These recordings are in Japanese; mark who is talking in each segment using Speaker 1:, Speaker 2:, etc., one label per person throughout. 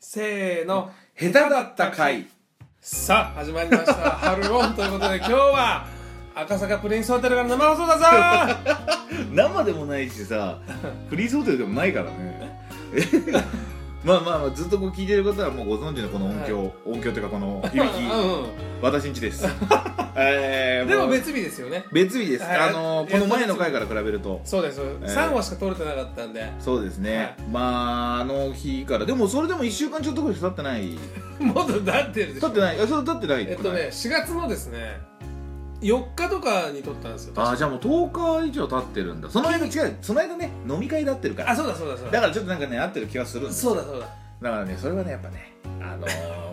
Speaker 1: せーの下手だった回さあ始まりました春オンということで今日は赤坂プリンスホテルから生放送だぞー
Speaker 2: 生でもない しさフリーソーテルでもないからねまあまあまあずっとこう聞いてる方はもうご存知のこの音響、音響というかこの響き
Speaker 1: う
Speaker 2: 私ん ちですえ
Speaker 1: んうん、
Speaker 2: ー
Speaker 1: でも
Speaker 2: う
Speaker 1: 別日ですよね
Speaker 2: 別日です、
Speaker 1: はい
Speaker 2: あの
Speaker 1: い
Speaker 2: こ
Speaker 1: や
Speaker 2: の前の回から比べると
Speaker 1: そうです、そうです
Speaker 2: えー
Speaker 1: 3話しか取れてなかったんで
Speaker 2: そうですね、
Speaker 1: はい
Speaker 2: まああの日からでもそれでも1週間ちょっとぐらい経ってない
Speaker 1: もっとなってるでし
Speaker 2: 経
Speaker 1: ょ
Speaker 2: ってないいやそれ経ってない
Speaker 1: えっとね4月のですね4日とかに撮ったんですよ
Speaker 2: あー
Speaker 1: 確か
Speaker 2: じゃあもう10日以上経ってるんだその間違うその間ね飲み会で会ってるから
Speaker 1: あそうだそうだそう
Speaker 2: だ
Speaker 1: だ
Speaker 2: からちょっとなんかね合ってる気はするんです
Speaker 1: そうだそうだ
Speaker 2: だからねそれはねやっぱねあのー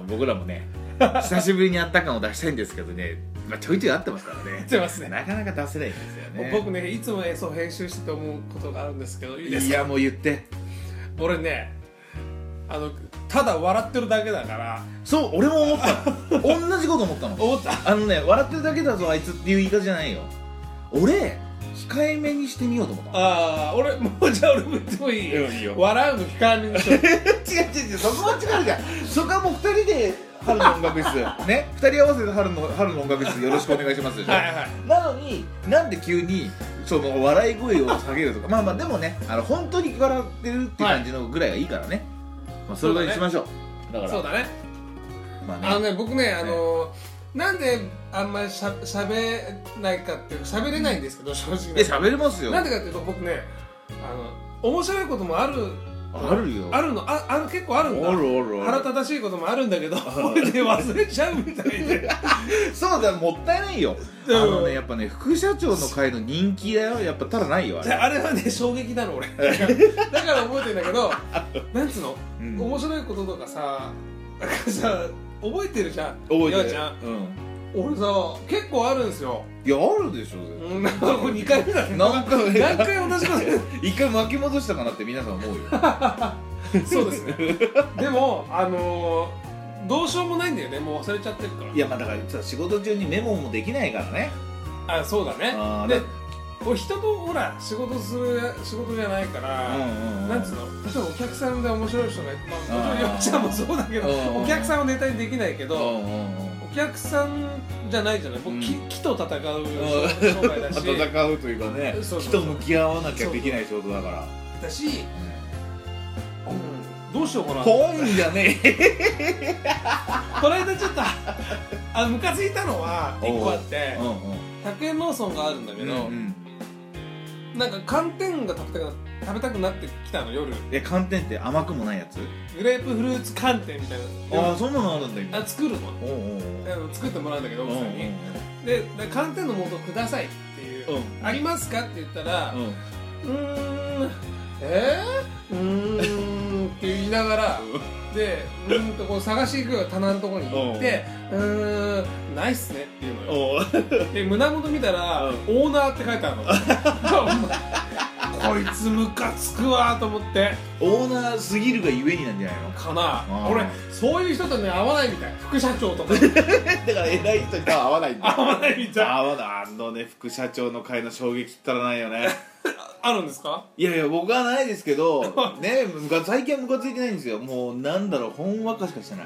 Speaker 2: 僕らもね 久しぶりに会った感を出したいんですけどね、まあ、ちょいちょい会ってますからね
Speaker 1: 言ってますね
Speaker 2: なかなか出せないんですよね
Speaker 1: 僕ねいつも演奏編集してて思うことがあるんですけどいいです
Speaker 2: い
Speaker 1: か
Speaker 2: やもう言って
Speaker 1: 俺ねあのただ笑ってるだけだから
Speaker 2: そう俺も思ったの同じこと思ったの
Speaker 1: 思った
Speaker 2: あのね笑ってるだけだぞあいつっていう言い方じゃないよ俺控えめにしてみようと思ったの
Speaker 1: ああ俺もうじゃあ俺も言ってもいい
Speaker 2: うんいいよ
Speaker 1: 笑うの控えめにしよう
Speaker 2: 違う違う違うそこは違うじゃんそこはもう二人で春の音楽室 ね二人合わせて春の春の音楽室よろしくお願いしますでしょ
Speaker 1: はいはい
Speaker 2: なのになんで急にその笑い声を下げる とかまあまあでもねあの本当に笑ってるって感じのぐらいがいいからね、まあ、それぐらいにしましょうだから
Speaker 1: そうだね
Speaker 2: まあね
Speaker 1: あのね僕ねあのなんであんまりしゃしゃべないかっていうかしゃべれないんですけど正直ね
Speaker 2: え喋れますよ
Speaker 1: なんでかっていうと僕ねあの面白いこともある
Speaker 2: あるよ
Speaker 1: あるのあある結構あるんだ
Speaker 2: あるある
Speaker 1: 腹立たしいこともあるんだけどこれで忘れちゃうみたいで
Speaker 2: そうだもったいないよあ
Speaker 1: うん
Speaker 2: のねやっぱね副社長の会の人気だよやっぱたらないよあ
Speaker 1: じゃ
Speaker 2: れ
Speaker 1: ああれはね衝撃なの俺だから覚えてんだけ どなんつうの、
Speaker 2: うん
Speaker 1: 面白いこととかさなんかさ覚えてるじゃん
Speaker 2: 覚え
Speaker 1: 岩
Speaker 2: て
Speaker 1: ち
Speaker 2: る
Speaker 1: ゃん
Speaker 2: うん
Speaker 1: 俺さ結構あるんですよ
Speaker 2: いやあるでしょ絶対
Speaker 1: うんなんかこれ2回目だね
Speaker 2: 何回目
Speaker 1: 何回同じこと言う
Speaker 2: 一回巻き戻したかなって皆さん思 うよ
Speaker 1: そうですねでもあのー、どうしようもないんだよねもう忘れちゃってるから
Speaker 2: いやまあだからさ仕事中にメモもできないからね
Speaker 1: あそうだね
Speaker 2: あー
Speaker 1: で
Speaker 2: だ
Speaker 1: 俺人とほら仕事する仕事じゃないか
Speaker 2: う
Speaker 1: ら、
Speaker 2: んうん
Speaker 1: なんつうの例えばお客さんで面白い人が、まあ、も
Speaker 2: あ
Speaker 1: ち
Speaker 2: ー
Speaker 1: ろんよっちゃんもそうだけど
Speaker 2: うん
Speaker 1: お客さんをネタにできないけど、
Speaker 2: うんうんうん
Speaker 1: お客さんじゃないじゃない僕、
Speaker 2: うん
Speaker 1: 木木と戦う商売だし
Speaker 2: 戦うというかね
Speaker 1: そうそう
Speaker 2: 木
Speaker 1: そう
Speaker 2: と向き合わなきゃできない仕事だから
Speaker 1: だし、うんどうしようかなこ
Speaker 2: 怖いんじゃねえ
Speaker 1: の間ちょっとあムカついたのは1個あって
Speaker 2: うん
Speaker 1: 100円ローソンがあるんだけど、
Speaker 2: うんうん
Speaker 1: なんか寒天が食べたくな食べたくなってきたの夜
Speaker 2: え寒天って甘くもないやつ
Speaker 1: グレープフルーツ寒天みたい
Speaker 2: あ
Speaker 1: な
Speaker 2: あそんなのあるんだ今
Speaker 1: あ作るの
Speaker 2: おうおう
Speaker 1: あの作ってもらうんだけど
Speaker 2: おう
Speaker 1: 奥さんにでで寒天の素くださいっていう、
Speaker 2: うん
Speaker 1: ありますかって言ったら、
Speaker 2: うん
Speaker 1: うーんえー、うーんって言いながらでうーんとこう探していくよ棚のところに行ってうーんないっすねっていうのよ
Speaker 2: おう
Speaker 1: で胸元見たら
Speaker 2: うん
Speaker 1: 「オーナー」って書いてある のこいつムカつくわと思って
Speaker 2: オーナーすぎるがゆえになんじゃないの
Speaker 1: かな
Speaker 2: あー
Speaker 1: 俺そういう人とね合わないみたい副社長と か
Speaker 2: だから偉い人とは合わないん
Speaker 1: 合わないみたい
Speaker 2: 合わないあのね副社長の会の衝撃ったらないよね
Speaker 1: あるんですか
Speaker 2: いやいや僕はないですけ どねむか最近はムカついてないんですよもうなんだろうほんわかしかしてない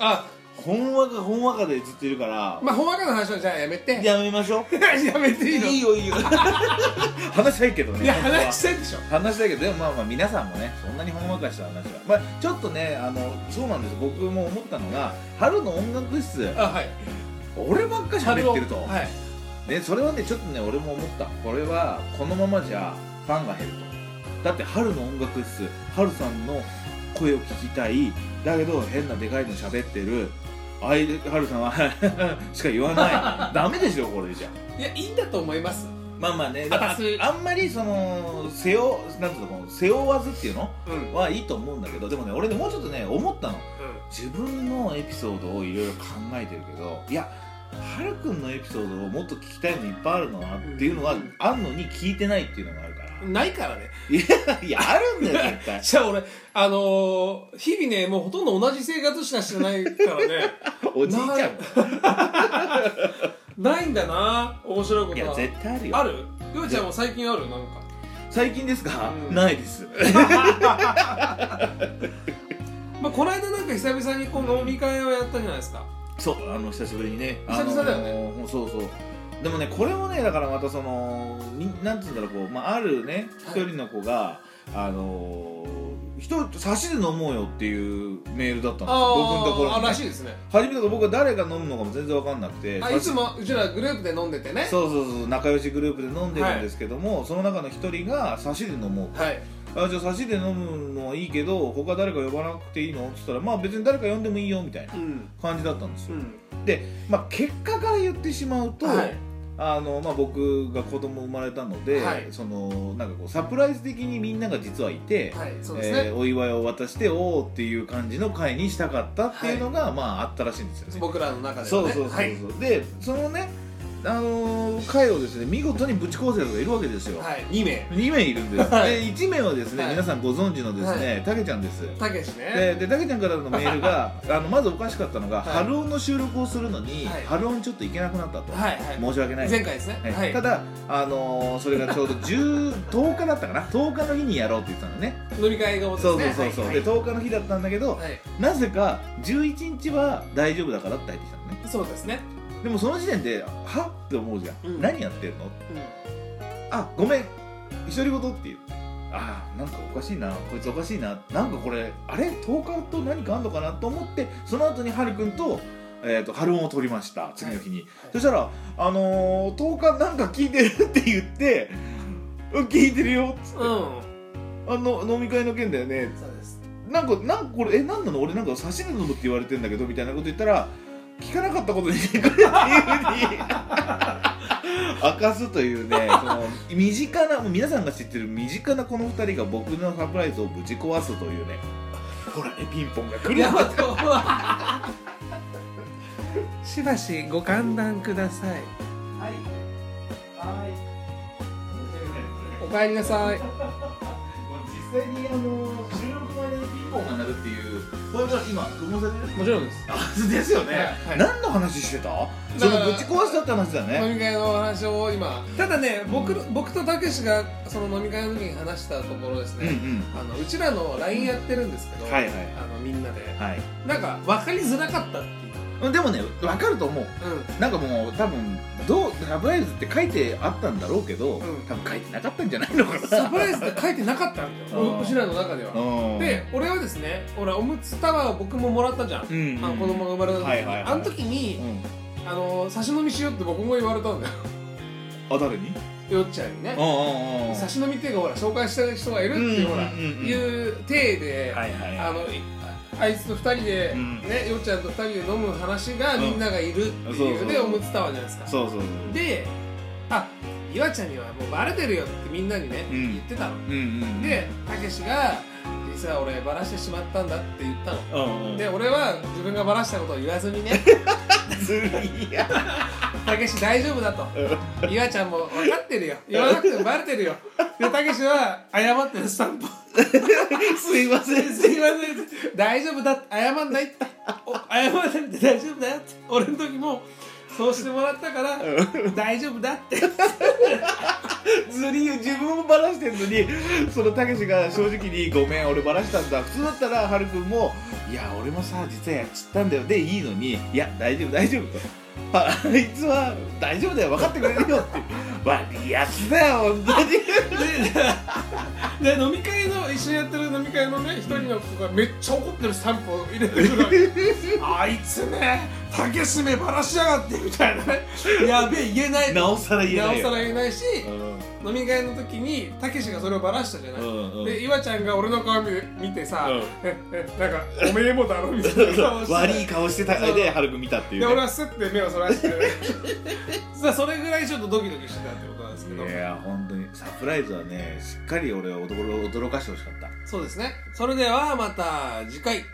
Speaker 1: あ
Speaker 2: ほんわかほんわかでずっといるから、
Speaker 1: まあほんわかな話はじゃあやめて
Speaker 2: やめましょう
Speaker 1: やめていいの
Speaker 2: いいよいいよ 話したいけどね
Speaker 1: いや
Speaker 2: 本当は
Speaker 1: 話してんでしょ
Speaker 2: 話したいけどでもまあまあ皆さんもねそんなにほんわかした話はまあちょっとねあのそうなんです僕も思ったのが春の音楽室
Speaker 1: あはい
Speaker 2: 俺ばっか喋ってると、
Speaker 1: はい
Speaker 2: ね、それはねちょっとね俺も思ったこれはこのままじゃファンが減るとだって春の音楽室春さんの声を聞きたいだけど変なでかいの喋ってるあい春さんは しか言わないダメでしょこれじゃ
Speaker 1: いやいいんだと思います
Speaker 2: まあまあね
Speaker 1: あたす
Speaker 2: あんまりその背負なんていうのこの背負わずっていうの
Speaker 1: うんうん
Speaker 2: はいいと思うんだけどでもね俺ねもうちょっとね思ったの自分のエピソードをいろいろ考えてるけどいやはるくんのエピソードをもっと聞きたいのいっぱいあるのはっていうのは、
Speaker 1: うん
Speaker 2: あんのに聞いてないっていうのがあるから、
Speaker 1: ないからね
Speaker 2: いやあるんだよ 絶対
Speaker 1: じゃあ俺あのー、日々ねもうほとんど同じ生活しかしてないからね
Speaker 2: おじいちゃ
Speaker 1: ない
Speaker 2: ん
Speaker 1: ないんだな面白いこ
Speaker 2: い
Speaker 1: と
Speaker 2: や
Speaker 1: は
Speaker 2: 絶対あるよ
Speaker 1: あるようちゃんも最近あるなん か
Speaker 2: 最近ですか、
Speaker 1: うん
Speaker 2: ないです
Speaker 1: まあ、この間なんか久々にこう飲み会をやったじゃないですか
Speaker 2: そうあの久しぶりにね
Speaker 1: 久々だよね
Speaker 2: あのーそうそうでもねこれもねだからまたそのみなんつうんだろうこう、まあ、あるね一
Speaker 1: はい
Speaker 2: 人の子が、あのー人差しで飲もうよっていうメールだったんですよ僕のところ
Speaker 1: あ
Speaker 2: に、
Speaker 1: らし
Speaker 2: ね、
Speaker 1: いですね
Speaker 2: 初めて僕は誰が飲むのかも全然分かんなくて
Speaker 1: あいつもうちらグループで飲んでてね
Speaker 2: そうそうそう仲良しグループで飲んでるんですけども、その中の一人が差しで飲もうと、
Speaker 1: はい
Speaker 2: あじゃあ差しで飲むのはいいけど他誰か呼ばなくていいのって言ったらまあ別に誰か呼んでもいいよみたいな
Speaker 1: うん
Speaker 2: 感じだったんです
Speaker 1: う
Speaker 2: よ、
Speaker 1: ん
Speaker 2: まあ結果から言ってしまうと、
Speaker 1: はい
Speaker 2: あのまあ、僕が子供生まれたので、
Speaker 1: はい
Speaker 2: そのなんかこうサプライズ的にみんなが実はいて、
Speaker 1: はいそうですね、
Speaker 2: えーお祝いを渡しておおっていう感じの会にしたかったっていうのが、まああったらしいんですよね。
Speaker 1: 僕らの中で
Speaker 2: そ
Speaker 1: は
Speaker 2: う
Speaker 1: ね
Speaker 2: そうそうそう、
Speaker 1: はい
Speaker 2: でそのね、あのー会をですね見事にぶち壊せる人がいるわけですよ、
Speaker 1: はい、2名
Speaker 2: 2名いるんです、
Speaker 1: はい
Speaker 2: で1名はですね、
Speaker 1: はい
Speaker 2: 皆さんご存知のですねたけ、ちゃんです
Speaker 1: たけしね
Speaker 2: ででたけちゃんからのメールがあのまずおかしかったの
Speaker 1: は
Speaker 2: が、
Speaker 1: い
Speaker 2: ハロ音の収録をするのに、
Speaker 1: はい
Speaker 2: ハロ音ちょっと行けなくなったと、
Speaker 1: はいはい
Speaker 2: 申し訳ない
Speaker 1: 前回ですね
Speaker 2: はい
Speaker 1: はい
Speaker 2: ただ、あのーそれがちょうど 10, 10日だったかな10日の日にやろうって言ってたのね
Speaker 1: 飲み会が終わ
Speaker 2: そ
Speaker 1: っ
Speaker 2: う
Speaker 1: て
Speaker 2: そう
Speaker 1: です
Speaker 2: そ
Speaker 1: ね
Speaker 2: うそう、
Speaker 1: はい
Speaker 2: で10日の日だったんだけ
Speaker 1: は
Speaker 2: ど、
Speaker 1: い
Speaker 2: なぜか11日は大丈夫だからって入ってきたのね
Speaker 1: そうですね
Speaker 2: でもその時点ではって思うじゃん、
Speaker 1: うん
Speaker 2: 何やってるの
Speaker 1: うん
Speaker 2: あごめん独り言っていうあーなんかおかしいなこいつおかしいななんかこれあれ10日と何かあんのかなと思ってその後にハルくんと,、えー、と春音を撮りました次の日に、そしたら「あのー、10日なんか聞いてる」って言って「うん聞いてるよ」っつって、
Speaker 1: うん
Speaker 2: あの飲み会の件だよね
Speaker 1: そうです」
Speaker 2: なんか「なんかこれえなんなの俺なんか差しで飲むって言われてんだけど」みたいなこと言ったら「聞かなかったことにしてくれ」っていうふうに明かすというねその身近なもう皆さんが知ってる身近なこの2人が僕のサプライズをぶち壊すというねほらねピンポンが来る
Speaker 1: やばとはしばしご勘談ください
Speaker 2: はいはい
Speaker 1: おかえりなさい
Speaker 2: 実際にあの収録前にピンポンが鳴るっていうこれが今録音されてる
Speaker 1: もちろんです
Speaker 2: あ ですよね、
Speaker 1: はい
Speaker 2: 何の話してたそ
Speaker 1: から
Speaker 2: のぶち壊したって話だね
Speaker 1: 飲み会のお話を今ただね僕の僕とたけしがその飲み会の時に話したところです
Speaker 2: うんう
Speaker 1: ね、
Speaker 2: ん
Speaker 1: あのうちらの LINE やってるんですけど、
Speaker 2: はいはい
Speaker 1: あのみんなで
Speaker 2: はい
Speaker 1: なんか分かりづらかったっていう、
Speaker 2: でもね分かると思うなんかもう多分どうサプライズって書いてあったんだろうけど、
Speaker 1: うん
Speaker 2: 多分書いてなかったんじゃないのか
Speaker 1: うん、
Speaker 2: な
Speaker 1: サプライズって書いてなかったんだ よ
Speaker 2: あー
Speaker 1: うちらの中では、
Speaker 2: うん
Speaker 1: で俺はですね俺おむつタワーを僕ももらったじゃん、
Speaker 2: うんうん
Speaker 1: あの子供が生まれた時、
Speaker 2: はいはいはい
Speaker 1: あの時
Speaker 2: う
Speaker 1: に、
Speaker 2: ん
Speaker 1: あの差し飲みしようって僕も言われたんだよ
Speaker 2: あ誰に
Speaker 1: よっちゃんにね
Speaker 2: うんうんうん
Speaker 1: 差し飲みっていうかほら紹介した人がいるっ
Speaker 2: う
Speaker 1: て
Speaker 2: ん
Speaker 1: いう、ほら、
Speaker 2: うんうん
Speaker 1: いう体で、
Speaker 2: はいはい
Speaker 1: あのいあいつと2人で、
Speaker 2: うん
Speaker 1: ねよっちゃんと2人で飲む話が
Speaker 2: うん
Speaker 1: みんながいるって
Speaker 2: そう
Speaker 1: い
Speaker 2: そうう
Speaker 1: でおむつタワーじゃないですか
Speaker 2: そうそうそう
Speaker 1: であ岩ちゃんにはもうバレてるよってみんなにね、
Speaker 2: うん
Speaker 1: 言ってたの
Speaker 2: うんうん
Speaker 1: でたけしが「実は俺バラしてしまったんだ」って言ったの
Speaker 2: うんうん
Speaker 1: で俺は自分がバラしたことを言わずにね
Speaker 2: ずるいや
Speaker 1: たけし大丈夫だと岩ちゃんも分かってるよ言わなくてもバレてるよでたけしは謝ってスタンプ
Speaker 2: すいません
Speaker 1: すいません大丈夫だ謝んないってお謝んなくて大丈夫だよって俺の時もそうしてもらったから大丈夫だって
Speaker 2: ずり自分もバラしてんのにそのたけしが正直に「ごめん俺バラしたんだ」普通だったらはるくんも「いや俺もさ実はやっちったんだよ」でいいのに「いや大丈夫大丈夫」とあ「あいつは大丈夫だよ分かってくれるよ」って 「悪いやつだよ本当に」
Speaker 1: で飲み会の一緒にやってる飲み会のね一人の子がめっちゃ怒ってるスタンプを入れてくるわ けあいつね竹しめばらしやがってみたいなねやべえ言えない
Speaker 2: なおさら言え
Speaker 1: な
Speaker 2: な
Speaker 1: お
Speaker 2: い
Speaker 1: さ
Speaker 2: よ
Speaker 1: ら言えないし
Speaker 2: う
Speaker 1: 飲み会の時にたけしがそれをばらしたじゃない、
Speaker 2: んうんうん
Speaker 1: で岩ちゃんが俺の顔見見てさ、
Speaker 2: うん
Speaker 1: ええなんかおめえもだろみたいな顔して
Speaker 2: 悪い顔してた
Speaker 1: そう
Speaker 2: ではるくん見たっていう
Speaker 1: で
Speaker 2: ね、
Speaker 1: 俺はスッて目をそらして 実はそれぐらいちょっとドキドキしてたってことなんですけど
Speaker 2: いや本当にサプライズはねしっかり俺は驚驚かしてほしかった
Speaker 1: そうですねそれではまた次回